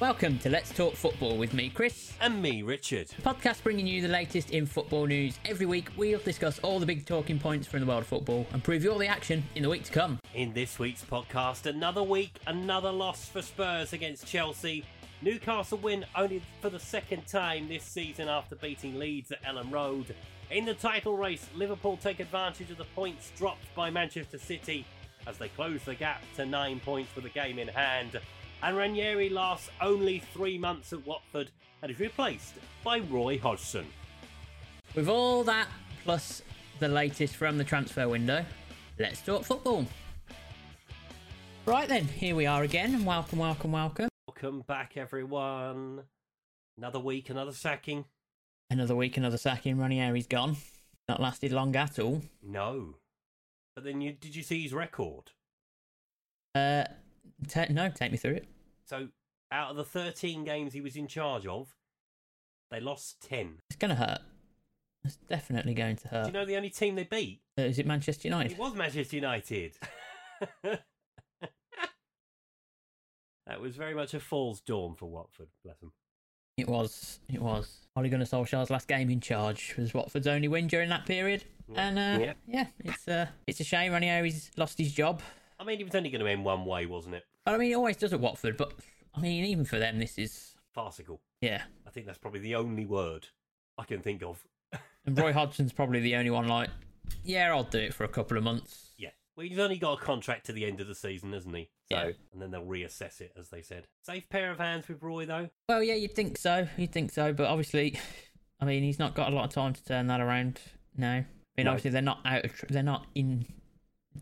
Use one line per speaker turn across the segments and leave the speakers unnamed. Welcome to Let's Talk Football with me, Chris.
And me, Richard.
A podcast bringing you the latest in football news. Every week, we'll discuss all the big talking points from the world of football and preview all the action in the week to come.
In this week's podcast, another week, another loss for Spurs against Chelsea. Newcastle win only for the second time this season after beating Leeds at Ellen Road. In the title race, Liverpool take advantage of the points dropped by Manchester City as they close the gap to nine points with the game in hand. And Ranieri lasts only three months at Watford and is replaced by Roy Hodgson.
With all that, plus the latest from the transfer window, let's talk football. Right then, here we are again. Welcome, welcome, welcome.
Welcome back, everyone. Another week, another sacking.
Another week, another sacking. Ranieri's gone. Not lasted long at all.
No. But then you did you see his record?
Uh, ta no, take me through it.
So out of the 13 games he was in charge of, they lost 10.
It's going to hurt. It's definitely going to
Do
hurt.
you know the only team they beat?
Uh, is it Manchester United?
It was Manchester United. that was very much a fool's dawn for Watford, bless them.
It was. It was. Ole Gunnar Solskjaer's last game in charge was Watford's only win during that period.
Yeah.
And uh, yeah.
Yeah.
it's uh, it's a shame Ranieri's lost his job.
I mean, it was only going to end one way, wasn't it?
But, I mean, he always does at Watford. But I mean, even for them, this is
Farcical.
yeah.
I think that's probably the only word I can think of.
And Roy Hodgson's probably the only one like, yeah, I'll do it for a couple of months.
Yeah. Well, he's only got a contract to the end of the season, hasn't he?
Yeah.
And then they'll reassess it, as they said. Safe pair of hands with Roy, though.
Well, yeah, you'd think so. You'd think so. But obviously, I mean, he's not got a lot of time to turn that around. No. I mean,
No.
obviously, they're not out. Of tr- they're not in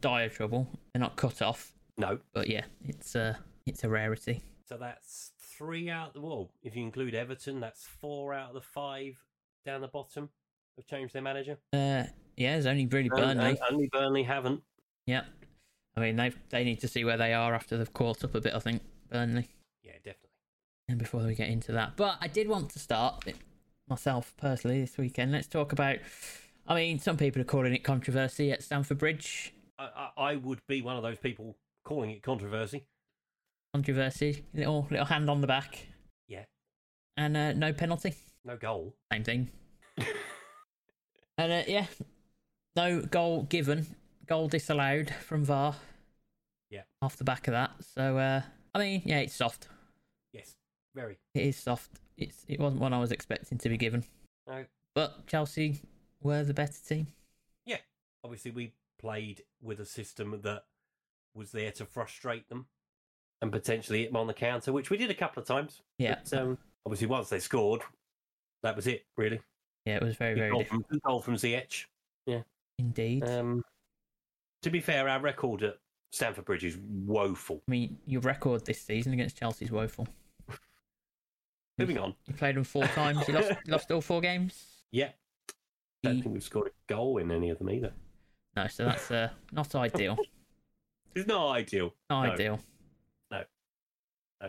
dire trouble. They're not cut off.
No.
But yeah, it's uh, it's a rarity.
So that's three out the well, if you include Everton, that's four out of the five down the bottom have changed their manager.
Uh, yeah, there's only really Burnley.
Only, only Burnley haven't.
yeah, I mean they they need to see where they are after they've caught up a bit. I think Burnley.
Yeah, definitely.
And before we get into that, but I did want to start it- myself personally this weekend. Let's talk about. I mean, some people are calling it controversy at Stamford Bridge.
I, I, I would be one of those people calling it controversy.
Controversy, little little hand on the back.
Yeah.
And uh, no penalty.
No goal.
Same thing. and uh, yeah, no goal given, goal disallowed from VAR.
Yeah.
Off the back of that, so uh, I mean, yeah, it's soft.
Yes, very.
It is soft. It's it wasn't one I was expecting to be given.
No.
But Chelsea were the better team.
Obviously, we played with a system that was there to frustrate them and potentially hit them on the counter, which we did a couple of times.
Yeah,
But, um, obviously, once they scored, that was it, really.
yeah, it was very
Good
very
goal,
difficult
from, good goal from Ziyech.
indeed.
Um, to be fair, our record at Stamford Bridge is woeful.
I mean, your record this season against Chelsea is woeful.
Moving on.
You played them four times. You lost, you lost all four games.
Yeah. I don't
The-
think we've scored a goal in any of them either.
No, so that's uh, not ideal.
It's not ideal.
Not
No.
ideal.
No. No.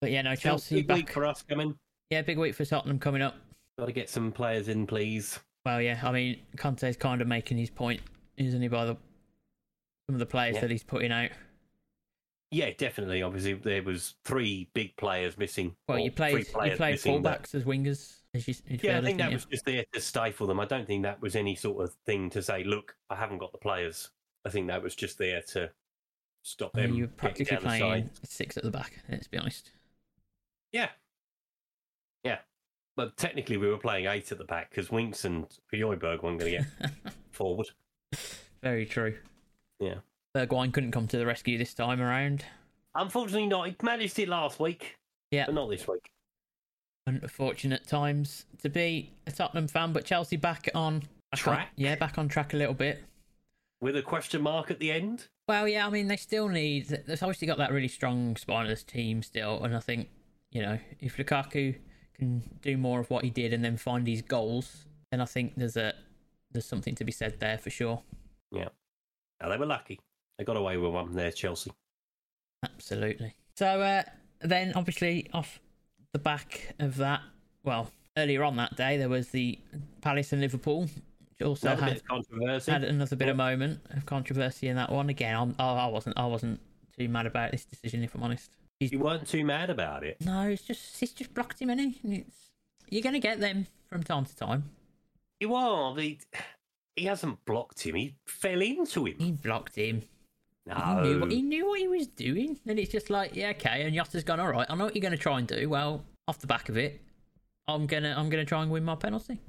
But yeah, no, Chelsea
Big week
back.
for us coming.
Yeah, big week for Tottenham coming up.
Got to get some players in, please.
Well, yeah, I mean, Conte's kind of making his point, isn't he, by the some of the players
Yeah.
that he's putting out.
Yeah, definitely. Obviously, there was three big players missing.
Well,
or
you
three
played you
players
played
missing that-
fullbacks as wingers, as you as
Yeah, I
well, didn't
think that
you?
was just there to stifle them. I don't think that was any sort of thing to say, look, I haven't got the players. I think that was just there to stop
I mean,
them.
you were
getting
practically
down the side.
playing six at the back. Let's be honest.
Yeah. Yeah. But technically, we were playing eight at the back because Winks and Fjordberg weren't going to get forward.
Very true.
Yeah.
Bergwijn couldn't come to the rescue this time around.
Unfortunately, not. He managed it last week.
Yeah.
But not this week.
Unfortunate times to be a Tottenham fan, but Chelsea back on back on-
Track?
yeah, back on track a little bit.
With a question mark at the end.
Well, yeah, I mean, they still need. They've obviously got that really strong spine of this team still, and I think you know if Lukaku can do more of what he did and then find his goals, then I think there's a there's something to be said there for sure.
Now, they were lucky. They got away with one there, Chelsea.
Absolutely. So uh, then, obviously, off the back of that, well, earlier on that day there was the Palace and Liverpool, which also
Another
had
bit of controversy.
had another bit of moment of controversy in that one. Again, I'm, I I wasn't I wasn't too mad about this decision if I'm honest. He's-
You weren't too mad about it.
No, it's just it's just blocked him, innit? And it's you're gonna get them from time to time.
You are. The, he hasn't blocked him. He fell into him.
He blocked him. He knew,
No.
what, he knew what he was doing, and it's just like, yeah, okay. And Yotta's gone, all right. I know what you're going to try and do. Well, off the back of it, I'm gonna, I'm gonna try and win my penalty.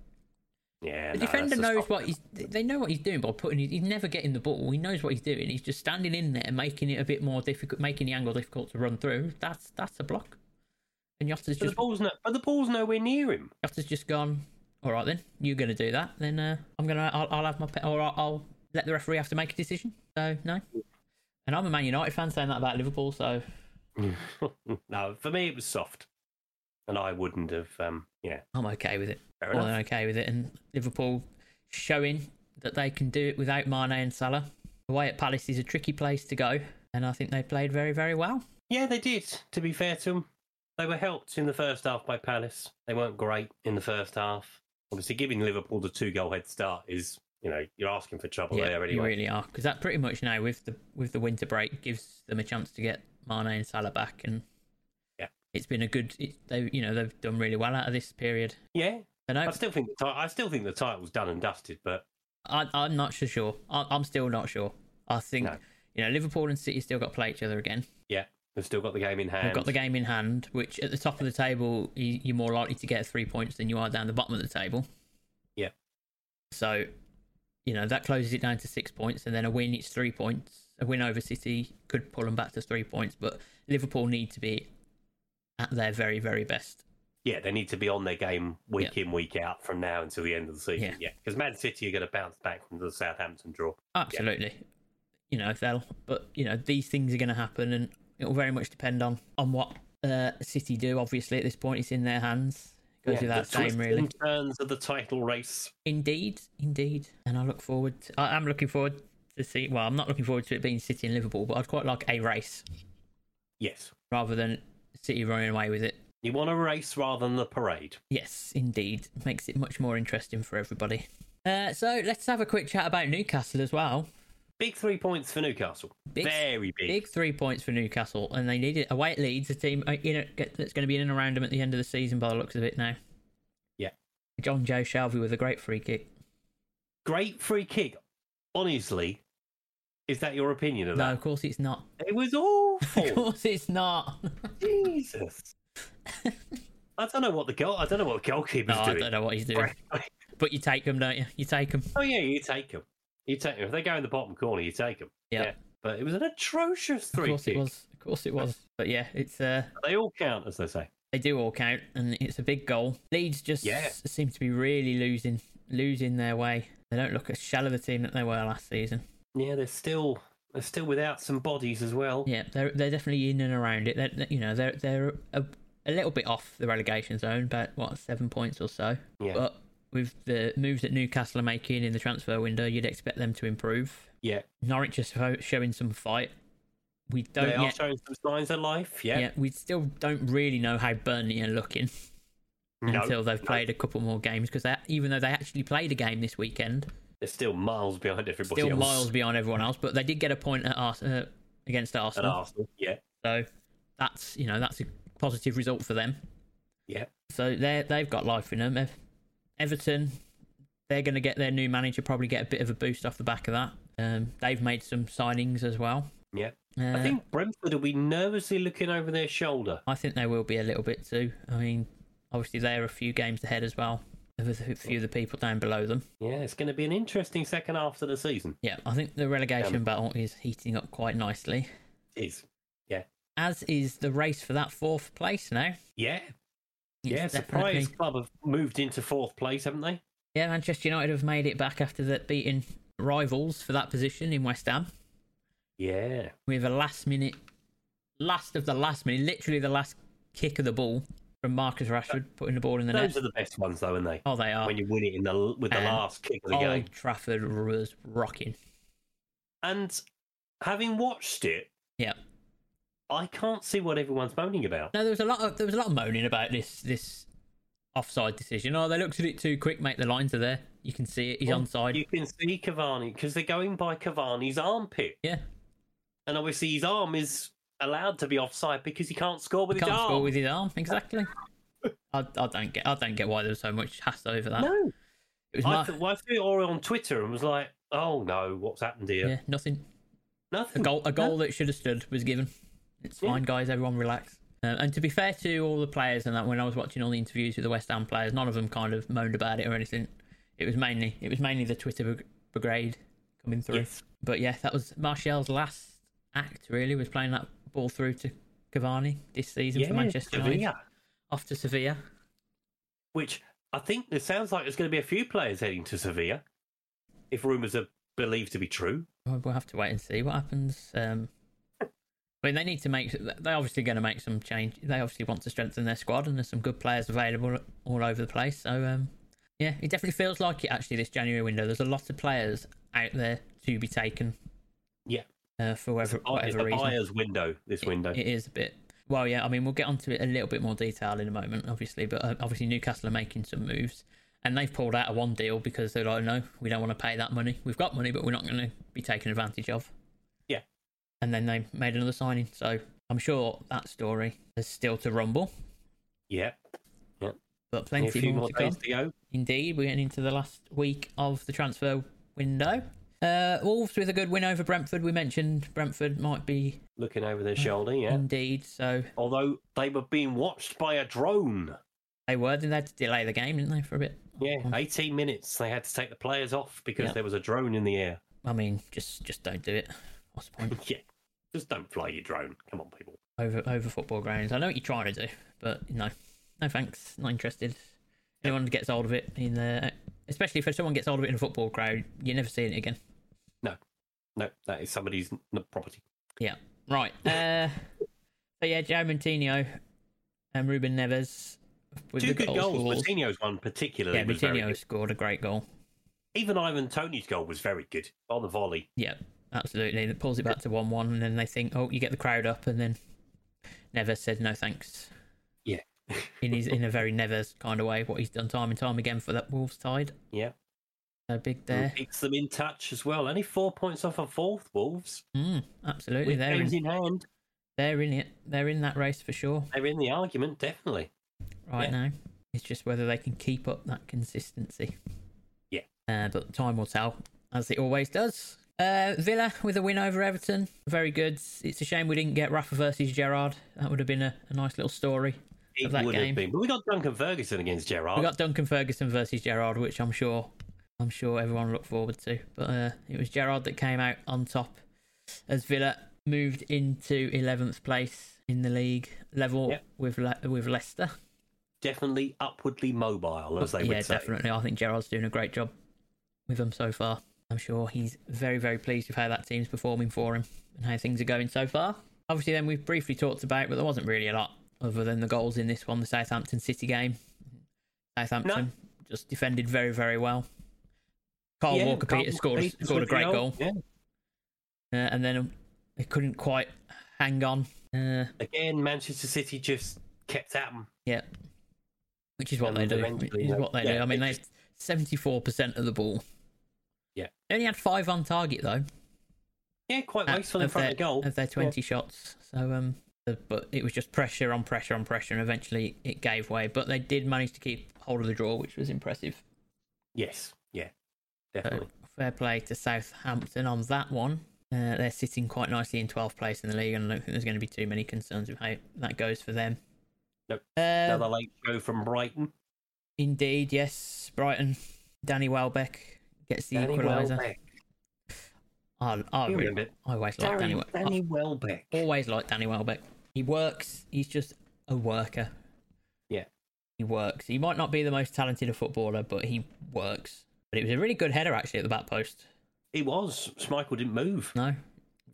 Yeah.
The
no,
defender
that's a
knows
stop.
what he's, they know what he's doing by putting. He's never getting the ball. He knows what he's doing. He's just standing in there, making it a bit more difficult, making the angle difficult to run through. That's that's a block. And Yotta's
But the
just,
ball's no, but the ball's nowhere near him.
Yotta's just gone. All right, then you're gonna do that. Then uh, I'm gonna, I'll, I'll have my, pe- or I'll, I'll let the referee have to make a decision. So no. And I'm a Man United fan saying that about Liverpool, so Mm.
no, for me it was soft, and I wouldn't have. Um, yeah,
I'm okay with it.
fair
More
enough.
than okay with it. And Liverpool showing that they can do it without Mane and Salah. Away at Palace is a tricky place to go, and I think they played very, very well.
Yeah, they did. To be fair to them, they were helped in the first half by Palace. They weren't great in the first half. Obviously, giving Liverpool the two-goal head start is, you know, you're asking for trouble there
you
anyway.
really are because that pretty much now with the with the winter break gives them a chance to get Mane and Salah back, and
Yeah.
it's been a good. It, they you know they've done really well out of this period.
Yeah,
I know.
I still think the ti- I still think the title's done and dusted, but
I, I'm not so sure. I, I'm still not sure. I think
No.
you know Liverpool and City still got to play each other again.
yeah, they've still got the game in hand.
We've got the game in hand, which at the top of the table, y- you're more likely to get three points than you are down the bottom of the table.
Yeah.
So, you know, that closes it down to six points, and then a win, it's three points. A win over City could pull them back to three points, but Liverpool need to be at their very, very best.
Yeah, they need to be on their game week in, week out from now until the end of the season.
Yeah.
Yeah, because Man City are going to bounce back from the Southampton draw.
Absolutely. You know, they'll, but, you know, these things are going to happen, and it'll very much depend on, on what uh, City do. Obviously, at this point, it's in their hands. Goes
Yeah,
without
the
saying,
twists
really.
and turns of the title race.
Indeed, indeed, and I look forward. To, I, I'm looking forward to see. Well, I'm not looking forward to it being City and Liverpool, but I'd quite like a race
Yes,
rather than City running away with it.
you want a race rather than the parade.
Yes, indeed, makes it much more interesting for everybody. Uh, so let's have a quick chat about Newcastle as well.
Big three points for Newcastle.
Big-
Very big.
Big three points for Newcastle, and they need it away at Leeds, a team uh, you know get- that's going to be in and around them at the end of the season by the looks of it now.
Yeah.
John Joe Shelby with a great free kick.
Great free kick. Honestly, is that your opinion of
No,
that?
of course it's not.
It was
Of
awful.
course it's not.
Jesus. I don't know what the goal. I don't know what the goalkeeper's
no, I
doing.
don't know what he's doing. But you take them, don't you? You take them.
Oh yeah, you take them. You take them. If they go in the bottom corner, you take them.
Yeah.
But it was an atrocious
Of
three
course
kick.
it was. Of course it was. But yeah, it's uh,
They all count, as they say.
they do all count, and it's a big goal. Leeds just
Yeah.
seem to be really losing, losing their way. They don't look as shallow a team that they were last season.
Yeah, they're still they're still without some bodies as well.
Yeah, they're they're definitely in and around it. They're, they're- you know, they're they're a, a little bit off the relegation zone, about what seven points or so.
Yeah.
But with the moves that Newcastle are making in the transfer window, you'd expect them to improve.
Yeah.
Norwich is fo- showing some fight. We don't
They
yet
are showing some signs of life. Yeah.
Yeah, we still don't really know how Burnley are looking
No,
until they've played a couple more games because even though they actually played a game this weekend,
they're still miles behind everybody
still
else.
miles behind everyone else, but they did get a point at Ars- uh, against
at
Arsenal.
Arsenal. Yeah.
So that's you know that's a positive result for them.
Yeah.
So they they've got life in them. Ev- Everton, they're going to get their new manager probably get a bit of a boost off the back of that. Um, they've made some signings as well.
Yeah.
Uh,
I think Brentford will be nervously looking over their shoulder.
I think they will be a little bit too. I mean, obviously they are a few games ahead as well. There's a few of the people down below them.
Yeah, it's going to be an interesting second half to the season.
Yeah, I think the relegation
Um,
battle is heating up quite nicely.
It is.
As is the race for that fourth place now.
Yeah.
It's
yeah. Surprise club have moved into fourth place, haven't they?
Yeah, Manchester United have made it back after that beating rivals for that position in West Ham
Yeah.
with a last minute, last of the last minute, literally the last kick of the ball from Marcus Rashford putting the ball in the
Those
net.
are the best ones, though, aren't they?
Oh, they are.
When you win it in the with the
And oh.
last kick of the game.
Old Trafford was rocking.
And having watched it,
Yeah.
I can't see what everyone's moaning about.
No, there was a lot of there was a lot of moaning about this this offside decision. Oh, they looked at it too quick, mate. The lines are there. You can see it. He's onside.
You can see Cavani because they're going by Cavani's armpit,
Yeah,
and obviously his arm is allowed to be offside because he can't score with
Can't
his arm.
score with his arm exactly. I, I don't get I don't get why there was so much hassle over that.
no,
it was
I,
my,
th- well, I saw it all on Twitter and was like, "Oh no, what's happened here?
yeah nothing. A
Nothing."
goal, a goal that should have stood was given. It's
Yeah.
fine, guys. Everyone relax. Uh, and to be fair to all the players, and that when I was watching all the interviews with the West Ham players, none of them kind of moaned about it or anything. It was mainly it was mainly the Twitter beg- brigade coming through.
Yes.
But yeah, that was Martial's last act. Really, was playing that ball through to Cavani this season for Manchester United.
Sevilla,
Off to Sevilla.
which I think it sounds like there's going to be a few players heading to Sevilla, if rumours are believed to be true.
Well, Oh, We'll have to wait and see what happens. Um, I mean, they need to make. They're obviously going to make some change. They obviously want to strengthen their squad, and there's some good players available all over the place. So, um, yeah, it definitely feels like it. Actually, this January window, there's a lot of players out there to be taken.
Yeah.
uh, for whatever,
Oh, it's
whatever
a
reason.
buyer's window. This window.
It is a bit. Well, yeah, I mean, we'll get onto it a little bit more detail in a moment, obviously, but uh, obviously Newcastle are making some moves. And they've pulled out of one deal because they're like, no, we don't want to pay that money. We've got money, but we're not going to be taken advantage of.
Yeah.
And then they made another signing. So I'm sure that story is still to rumble,
yeah,
but
a
plenty
few
more
more
to come.
days to go.
Indeed, we're getting into the last week of the transfer window. Uh, Wolves with a good win over Brentford. We mentioned Brentford might be
Looking over
Mm.
their shoulder. Yeah,
indeed. So
although they were being watched by a drone.
they were. Then they had to delay the game, didn't they, for a bit?
Yeah, 18 minutes they had to take the players off because
Mm. Yeah.
there was a drone in the air.
I mean, just just don't do it. What's the point?
yeah, just don't fly your drone. Come on, people.
Over over football grounds. I know what you're trying to do, but no, no thanks. Not interested. Anyone gets hold of it in the, especially if someone gets hold of it in a football crowd, you're never seeing it again.
No, that is somebody's n- n- property.
Yeah. Right. Uh, so yeah, Joe Moutinho and Ruben Neves. With
Two
the
good goals.
for Wolves.
Martino's one particularly
Yeah,
was very
Moutinho
good.
scored a great goal.
Even Ivan Tony's goal was very good on the volley.
Yeah, absolutely. That pulls it back to one-one, and then they think, oh, you get the crowd up, and then Neves said no thanks.
Yeah.
in his in a very Nevers kind of way, what he's done time and time again for that Wolves side.
Yeah.
So big there.
Keeps them in touch as well. Only four points off a fourth, Wolves.
Mm, absolutely,
With
they're
games
in,
in hand.
they're in it. They're in that race for sure
They're in the argument, definitely.
right
Yeah.
now. It's just whether they can keep up that consistency.
Yeah.
Uh, but time will tell, as it always does. Uh, Villa with a win over Everton, very good. It's a shame we didn't get Rafa versus Gerard. That would have been a, a nice little story.
It
Of that
would
game.
have been. But we got Duncan Ferguson against Gerard.
We got Duncan Ferguson versus Gerard, which I'm sure, I'm sure everyone looked forward to. But uh, it was Gerard that came out on top as Villa moved into 11th place in the league, level
Yep.
with Le- with Leicester. But
Definitely upwardly mobile, as they
yeah,
would say.
definitely. I think Gerard's doing a great job with them so far. I'm sure he's very, very pleased with how that team's performing for him and how things are going so far. Obviously, then we've briefly talked about, but there wasn't really a lot other than the goals in this one, the Southampton City game. Southampton just defended very, very well. Carl
Yeah,
Oh, Walker Peter
Carl
scored,
Walker-Peters
scored a
with the
great goal,
Yeah.
uh, and then they couldn't quite hang on. Uh,
Again, Manchester City just kept at them.
yeah, which is what they do. Which
Fundamentally,
is
no.
what they do.
Yeah,
I mean,
it
they seventy-four percent of the ball.
Yeah.
they only had five on target though.
Yeah, quite
at-
wasteful in front
their,
of goal.
of their 20 shots. So, um, the- but it was just pressure on pressure on pressure, and eventually it gave way. But they did manage to keep hold of the draw, which was impressive.
Yes, yeah,
So,
definitely.
fair play to Southampton on that one. Uh, they're sitting quite nicely in 12th place in the league, and I don't think there's going to be too many concerns with how that goes for them.
Nope.
Um,
Another late show from Brighton.
indeed, yes. Brighton, Danny Welbeck gets the
Danny
equaliser.
Welbeck.
I, I,
You
really-
remember.
I always like Danny,
Danny, Oh.
Welbeck.
Danny Welbeck.
always liked Danny Welbeck. He works. He's just a worker.
Yeah.
He works. He might not be the most talented of footballer, but he works. But it was a really good header actually at the back post.
He was. Schmeichel didn't move.
No,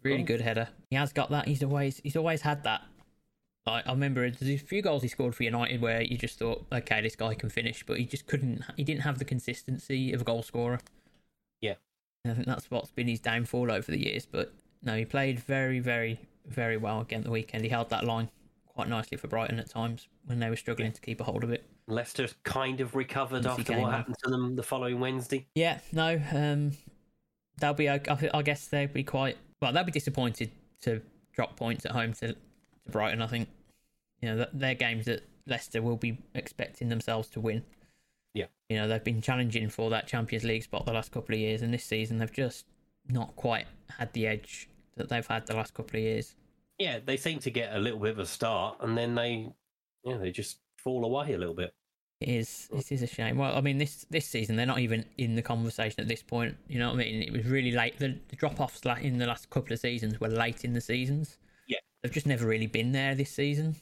really
Oh.
good header. He has got that. He's always he's always had that. Like I remember, there's a few goals he scored for United where you just thought, okay, this guy can finish, but he just couldn't. He didn't have the consistency of a goal scorer.
Yeah.
And I think that's what's been his downfall over the years. But no, he played very, very, very well again the weekend. He held that line quite nicely for Brighton at times when they were struggling to keep a hold of it.
Leicester kind of recovered
Yes, he
after
came
what
on.
happened to them the following Wednesday.
Yeah, no, um, they'll be. o- I thi- I guess they'll be quite. Well, they'll be disappointed to drop points at home to, to Brighton. I think you know that they're games that Leicester will be expecting themselves to win.
Yeah.
you know they've been challenging for that Champions League spot the last couple of years, and this season they've just not quite had the edge that they've had the last couple of years.
Yeah, they seem to get a little bit of a start, and then they, yeah, they just fall away a little bit.
It is it is a shame. Well, I mean this this season they're not even in the conversation at this point. You know what I mean? It was really late. The, the drop offs in the last couple of seasons were late in the seasons.
Yeah.
they've just never really been there this season.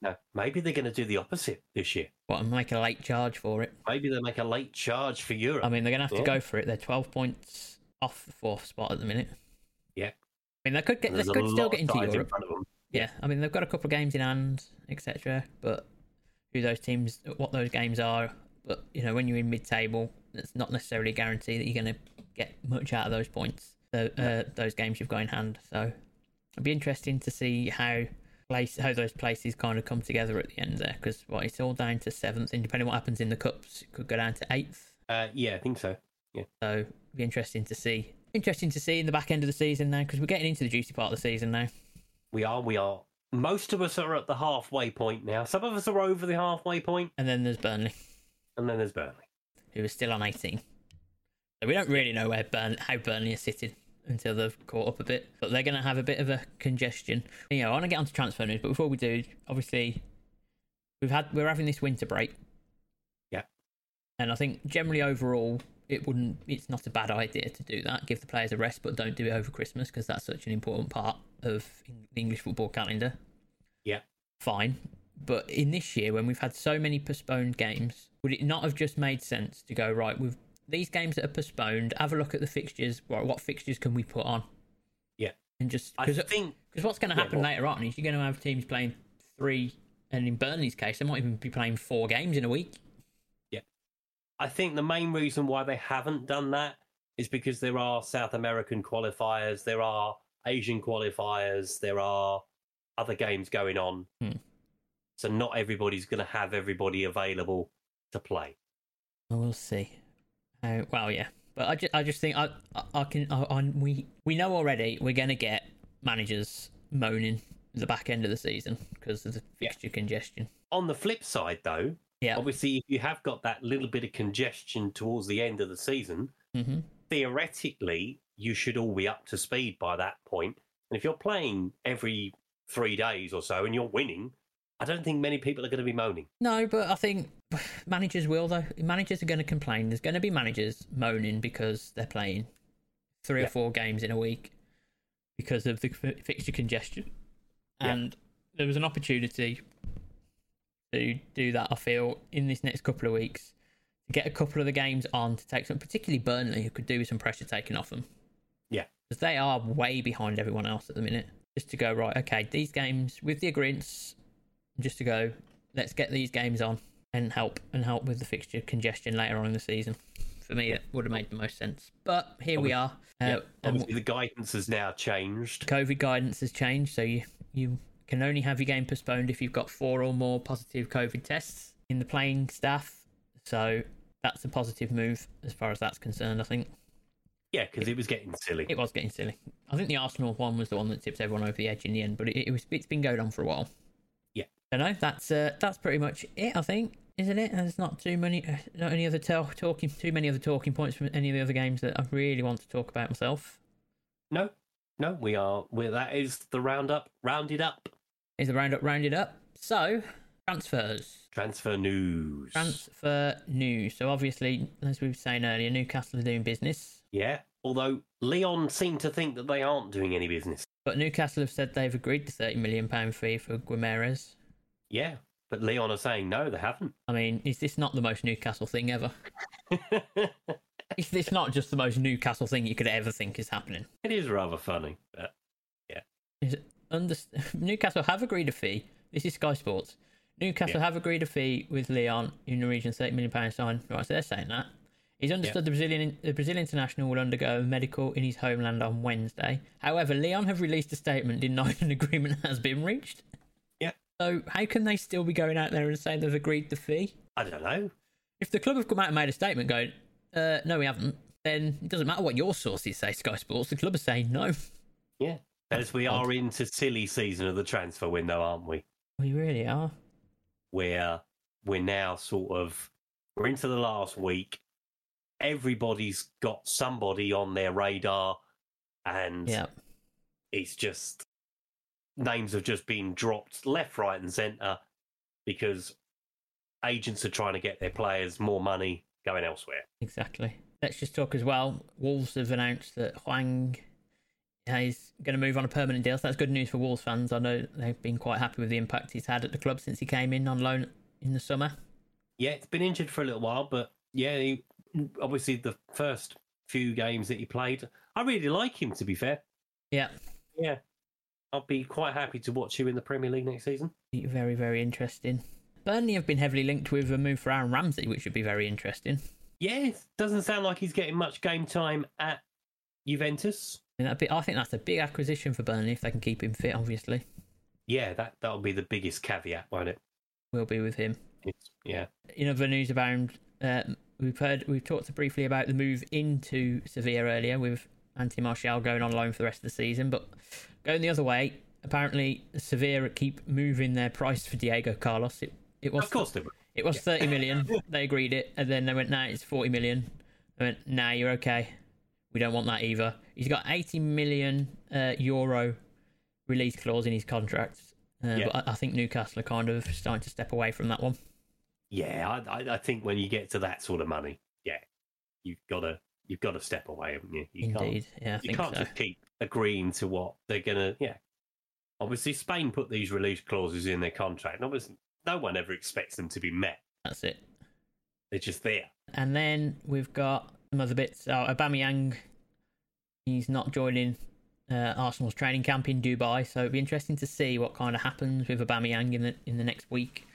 No, maybe they're going to do the opposite this year.
What and make a late charge for it.
Maybe they make a late charge for Europe.
I mean they're gonna have to
Yeah.
go for it. They're twelve points off the fourth spot at the minute.
Yeah.
I mean they could get
And
they
there's a
could still
lot
get
of
into
sides in
Europe.
front of them.
yeah, I mean they've got a couple of games in hand, etc. But who those teams, what those games are, but you know when you're in mid-table, it's not necessarily a guarantee that you're going to get much out of those points, tho- uh, those games you've got in hand. So it'll be interesting to see how place how those places kind of come together at the end there, because well, it's all down to seventh, and depending what happens in the cups, it could go down to eighth.
Uh, yeah, I think so.
So it'll be interesting to see. Interesting to see in the back end of the season now, because we're getting into the juicy part of the season now.
We are. We are. Most of us are at the halfway point now. Some of us are over the halfway point,
And then there's Burnley.
and then there's Burnley.
who is still on 18. So we don't really know where Burn- how Burnley are sitting until they've caught up a bit, but they're going to have a bit of a congestion. You know, I want to get onto transfer news, but before we do, obviously, we've had we're having this winter break.
Yeah.
and I think generally overall, it wouldn't it's not a bad idea to do that. Give the players a rest, but don't do it over Christmas because that's such an important part of Eng- the English football calendar.
Yeah.
fine. But in this year, when we've had so many postponed games, would it not have just made sense to go right? With these games that are postponed, have a look at the fixtures. Right, what fixtures can we put on?
Yeah.
and just
I
because
think.
what's going to
Yeah,
happen
well-
later on is you're going to have teams playing three, and in Burnley's case, they might even be playing four games in a week.
I think the main reason why they haven't done that is because there are South American qualifiers, there are Asian qualifiers, there are other games going on.
Hmm.
So not everybody's going to have everybody available to play.
I will see. Uh, well, yeah, but I just, I just think I, I, I can. I, I, we, we know already we're gonna get managers moaning the back end of the season because of the
Yeah.
fixture congestion.
On the flip side, though,
Yeah.
obviously, if you have got that little bit of congestion towards the end of the season,
Mm-hmm.
theoretically, you should all be up to speed by that point. And if you're playing every three days or so and you're winning, I don't think many people are going to be moaning.
No, but I think managers will though. Managers are going to complain. There's going to be managers moaning because they're playing three or
Yeah.
four games in a week because of the fi- fixture congestion.
Yeah.
And there was an opportunity to do that. I feel in this next couple of weeks to get a couple of the games on to take some, particularly Burnley, who could do with some pressure taken off them.
Yeah.
because they are way behind everyone else at the minute. Just to go right, okay, these games with the agreements, just to go, let's get these games on and help and help with the fixture congestion later on in the season. For me, it would have made the most sense. But here we are. Uh,
Yeah,
and
obviously, the guidance has now changed.
COVID guidance has changed, so you you can only have your game postponed if you've got four or more positive COVID tests in the playing staff. So that's a positive move as far as that's concerned. I think
Yeah, because it was getting silly.
it was getting silly. I think the Arsenal one was the one that tipped everyone over the edge in the end, but it, it was it's been going on for a while.
Yeah.
I know that's uh, that's pretty much it. I think isn't it? There's not too many, uh, not any other tel- talking, too many other talking points from any of the other games that I really want to talk about myself.
No, no, we are. we that is the roundup, rounded up
Is the roundup rounded up? So transfers.
transfer news.
Transfer news. So obviously, as we were saying earlier, Newcastle are doing business,
Yeah, although Leon seemed to think that they aren't doing any business.
but Newcastle have said they've agreed to thirty million pound fee for Guimaraes.
Yeah, but Leon are saying no, they haven't.
I mean, is this not the most Newcastle thing ever? is this not just the most Newcastle thing you could ever think is happening?
It is rather funny. But
Is it under- Newcastle have agreed a fee. This is Sky Sports. Newcastle have agreed a fee with Leon in the region, thirty million pound sign. Right, so they're saying that. He's understood the Brazilian the Brazilian international will undergo a medical in his homeland on Wednesday. However, Leon have released a statement denying an agreement has been reached.
Yeah.
So how can they still be going out there and saying they've agreed the fee?
I don't know.
If the club have come out and made a statement going, uh, no, we haven't, then it doesn't matter what your sources say, Sky Sports. The club are saying no.
Yeah, as we
odd.
are into silly season of the transfer window, aren't we?
We really are.
Where we're now sort of we're into the last week. Everybody's got somebody on their radar, and
Yeah.
it's just names have just been dropped left, right, and centre because agents are trying to get their players more money going elsewhere.
Exactly. Let's just talk as well. Wolves have announced that Huang is going to move on a permanent deal, so that's good news for Wolves fans. I know they've been quite happy with the impact he's had at the club since he came in on loan in the summer.
Yeah, it's been injured for a little while, but yeah, he, obviously the first few games that he played, I really like him. To be fair,
Yeah,
yeah, I'll be quite happy to watch him in the Premier League next season.
be very very interesting. Burnley have been heavily linked with a move for Aaron Ramsey, which would be very interesting.
Yeah, it doesn't sound like he's getting much game time at Juventus.
I, mean, that'd be, I think that's a big acquisition for Burnley if they can keep him fit. Obviously,
Yeah, that that'll be the biggest caveat, won't it?
we'll be with him.
It's, yeah,
in other news about uh, we've heard we've talked briefly about the move into Sevilla earlier with Anthony Martial going on loan for the rest of the season, but going the other way, apparently Sevilla keep moving their price for Diego Carlos. It it was
of course they will.
it was thirty million. they agreed it, and then they went, "Nah, it's forty million. They went, "Nah, you're okay. We don't want that either." He's got eighty million uh, euro release clause in his contract, uh,
Yeah.
but I, I think Newcastle are kind of starting to step away from that one.
Yeah, I, I, I think when you get to that sort of money, yeah, you've got to you've got to step away, haven't you? you Can't,
Indeed, yeah, I
you
think
can't
so.
just keep agreeing to what they're gonna. Yeah, obviously Spain put these release clauses in their contract. And obviously, no one ever expects them to be met.
That's it.
They're just there.
And then we've got some other bits. Oh, Aubameyang, he's not joining uh, Arsenal's training camp in Dubai, so it'd be interesting to see what kind of happens with Aubameyang in the in the next week.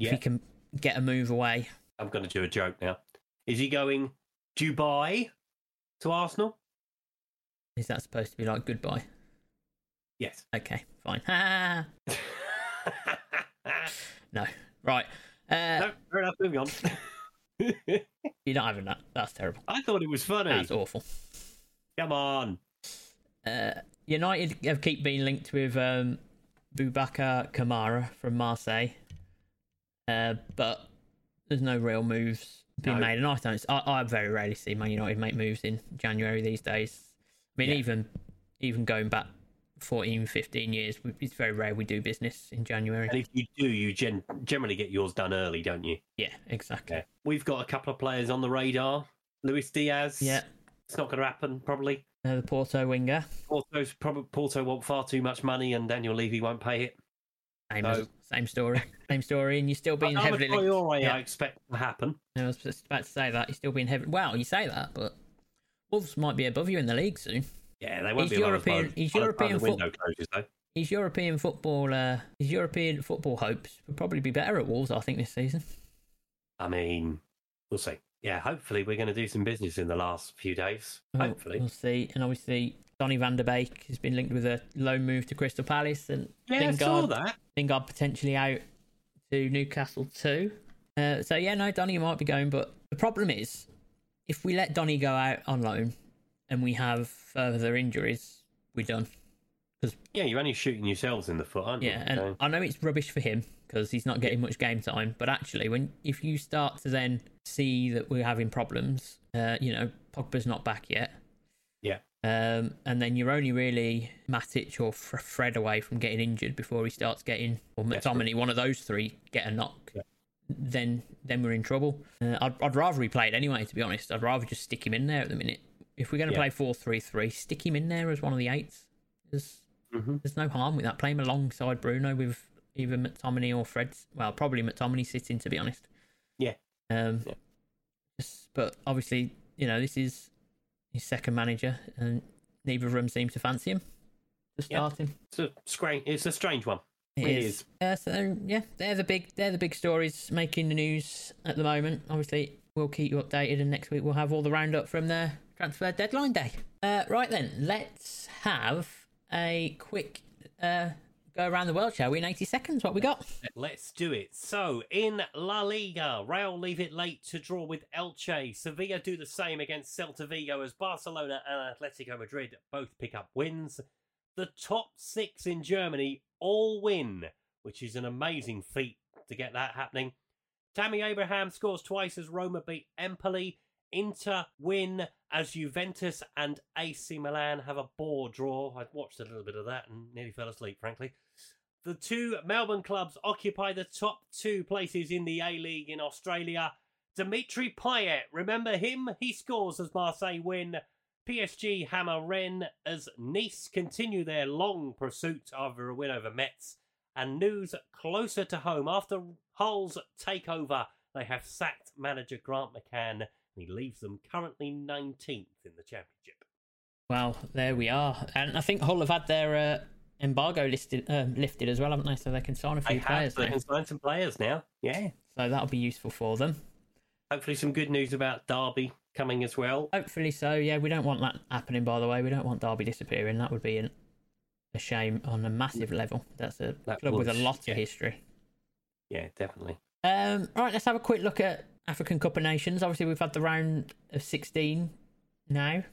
If
Yeah.
he can get a move away,
I'm going to do a joke now. Is he going Dubai to Arsenal?
is that supposed to be like goodbye?
Yes.
Okay, fine. Ah, no, right. Uh,
no, fair enough. Moving on.
You're not having that. That's terrible.
I thought it was funny.
That's awful.
Come on.
Uh, United have keep being linked with um, Boubacar Kamara from Marseille, uh, but there's no real moves being
No.
made, and I don't. I, I very rarely see Man United make moves in January these days. I mean,
Yeah.
even even going back 14, 15 years, we- it's very rare we do business in January.
And if you do, you gen- generally get yours done early, don't you?
Yeah, exactly.
Okay. We've got a couple of players on the radar. Luis Diaz.
Yeah,
It's not going to happen, probably.
uh, the Porto winger.
Porto's prob- Porto want far too much money, and Daniel Levy won't pay it.
Same,
No.
as- same story. same story, and you're still being
But
heavily
Amad
linked.
Traore,
Yeah.
I expect to happen.
I was just about to say that. You're still being heavy. Well, you say that, but Wolves might be above you in the league soon.
Yeah, they won't
He's
be around as well.
European- he's
By the time
European
The window closes, though.
His European football, uh, his European football hopes would probably be better at Wolves, I think, this season.
I mean, we'll see. Yeah, hopefully we're going to do some business in the last few days.
We'll-
Hopefully.
we'll see. And obviously, Donny Van der Beek has been linked with a loan move to Crystal Palace, and
Yeah, I saw that.
Lingard potentially out to Newcastle too. Uh, so yeah, no, Donny might be going, but the problem is if we let Donny go out on loan and we have further injuries, we're done.
Yeah, you're only shooting yourselves in the foot, aren't
Yeah,
you?
and
So-
I know it's rubbish for him because he's not getting much game time. But actually, when if you start to then see that we're having problems, uh, you know, Pogba's not back yet.
Yeah.
Um, and then you're only really Matic or Fr- Fred away from getting injured before he starts getting or McTominay, one of those three, get a knock.
Yeah.
Then, then we're in trouble. Uh, I'd, I'd rather he played anyway. To be honest, I'd rather just stick him in there at the minute. If we're going to
Yeah.
play four three three, stick him in there as one of the eights. There's-
Mhm.
there's no harm with that. Play him alongside Bruno with either McTominay or Fred. Well, probably McTominay sitting, to be honest.
Yeah.
Um,
Yeah.
s- But obviously, you know, this is his second manager, and neither of them seems to fancy him to
Yeah.
start him.
It's, a scra- it's a strange one.
It
It
is.
is.
Uh, so yeah, they're the big they're the big stories making the news at the moment. Obviously, we'll keep you updated, and next week we'll have all the roundup from the transfer deadline day. Uh, right then, let's have a quick uh, go around the world, shall we? In eighty seconds, what we got?
Let's do it. So, in La Liga, Real leave it late to draw with Elche. Sevilla do the same against Celta Vigo as Barcelona and Atletico Madrid both pick up wins. The top six in Germany all win, which is an amazing feat to get that happening. Tammy Abraham scores twice as Roma beat Empoli. Inter win as Juventus and AC Milan have a bore draw. I watched a little bit of that and nearly fell asleep, frankly. The two Melbourne clubs occupy the top two places in the A League in Australia. Dimitri Payet, remember him? He scores as Marseille win. PSG hammer Rennes as Nice continue their long pursuit after a win over Metz. And news closer to home after Hull's takeover, they have sacked manager Grant McCann and he leaves them currently 19th in the championship.
Well, there we are, and I think Hull have had their uh, embargo listed um lifted as well, haven't they? So they can sign a
They
few
have
players
they
now.
can sign some players now. Yeah.
So that'll be useful for them.
Hopefully, some good news about Derby coming as well.
Hopefully so. Yeah, we don't want that happening. By the way, we don't want Derby disappearing. That would be an, a shame on a massive level. That's a
That
club with a
would,
lot
yeah.
of history.
Yeah, definitely.
Um, right, let's have a quick look at African Cup of Nations. Obviously, we've had the round of 16 now.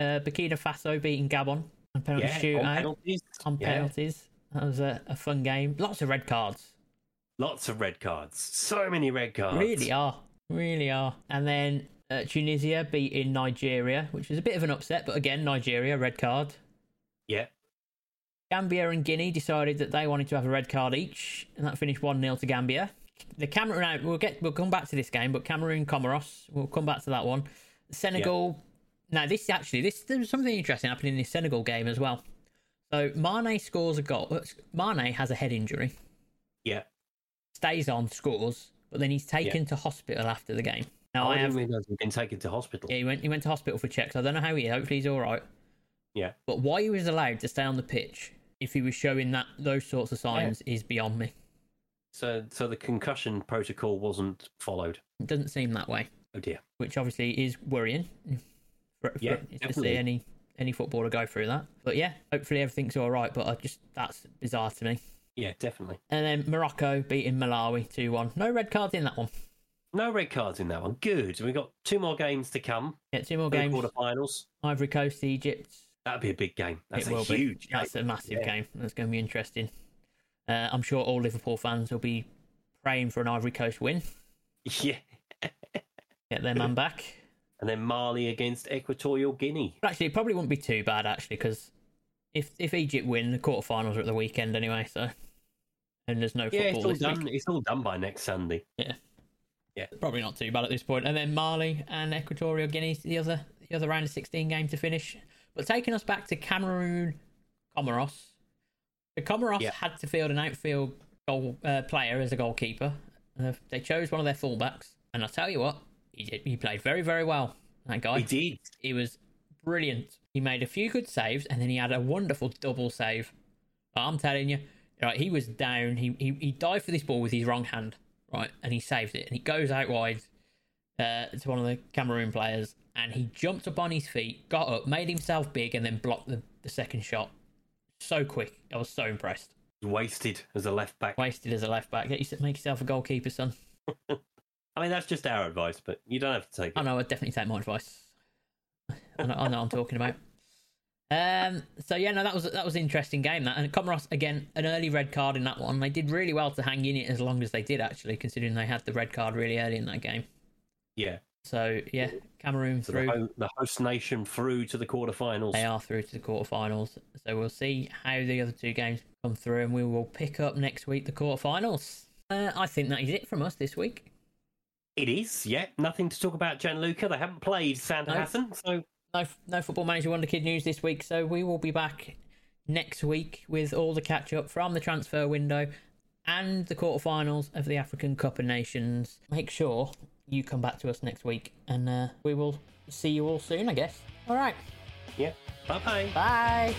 Uh, Burkina Faso beating Gabon on penalty
Yeah,
shootout
on
eh? on,
penalties. Yeah.
penalties. That was a, a fun game. Lots of red cards.
Lots of red cards. So many red cards.
Really are. Really are. And then uh, Tunisia beating Nigeria, which was a bit of an upset, but again, Nigeria, red card.
Yeah.
Gambia and Guinea decided that they wanted to have a red card each, and that finished 1 0 to Gambia. The Cameroon, now, we'll get we'll come back to this game, but Cameroon Comoros, we'll come back to that one. Senegal. Now, this actually, this there was something interesting happening in this Senegal game as well. So Mane scores a goal. uh, Mane has a head injury,
Yeah.
stays on, scores, but then he's taken to hospital after the game. Now I
I
have
didn't realize we've been taken to hospital.
yeah, he went he went to hospital for checks. I don't know how he is. Hopefully he's all right.
Yeah.
But why he was allowed to stay on the pitch if he was showing that those sorts of signs is beyond me.
So, so the concussion protocol wasn't followed.
It doesn't seem that way,
Oh dear.
which obviously is worrying. For, for-
Yeah,
to see
definitely.
any any footballer go through that. But yeah, hopefully everything's all right. But I just that's bizarre to me.
Yeah, definitely.
And then Morocco beating Malawi two one. No red cards in that one.
No red cards in that one. Good. We've got two more games to come.
Yeah, two more
Three
games.
quarterfinals.
Ivory Coast, Egypt,
That'd be a big game. That's
it
a
will be.
huge. game.
That's a massive
Yeah.
game. That's going to be interesting. Uh, I'm sure all Liverpool fans will be praying for an Ivory Coast win.
Yeah.
Get their man back.
And then Mali against Equatorial Guinea.
But actually, it probably wouldn't be too bad actually, because if if Egypt win, the quarterfinals are at the weekend anyway. So, and there's no
Yeah, it's
football
all
this
done.
week.
It's all done by next Sunday.
Probably not too bad at this point. And then Mali and Equatorial Guinea, the other the other round of 16 game to finish. But taking us back to Cameroon, Comoros. The Comoros
Yeah.
had to field an outfield goal uh, player as a goalkeeper. Uh, they chose one of their fullbacks, and I tell you what, he did. He played very very well. That guy,
We did.
he was brilliant. He made a few good saves, and then he had a wonderful double save. But I'm telling you, right, he was down. He, he he dived for this ball with his wrong hand, right, and he saved it, and he goes out wide uh, to one of the Cameroon players, and he jumped up on his feet, got up, made himself big, and then blocked the, the second shot. So quick, I was so impressed.
Wasted as a left back.
Wasted as a left back. Get yourself, make yourself a goalkeeper, son.
I mean, that's just our advice, but you don't have to take
I
it.
know. I'd definitely take my advice. I know, I know what I'm talking about. Um. So yeah, no, that was that was an interesting game. That and Comoros again, an early red card in that one. They did really well to hang in it as long as they did, actually, considering they had the red card really early in that game.
Yeah.
So yeah, Cameroon
So the,
through.
ho- the host nation through to the quarterfinals.
They are through to the quarterfinals. So we'll see how the other two games come through, and we will pick up next week the quarterfinals. Uh, I think that is it from us this week.
It is, yeah. Nothing to talk about Gianluca. They haven't played Sandhausen, so
no, no football manager wonder kid news this week so we will be back next week with all the catch up from the transfer window and the quarterfinals of the african cup of nations make sure you come back to us next week and uh, we will see you all soon i guess all right
yeah. Bye bye.
bye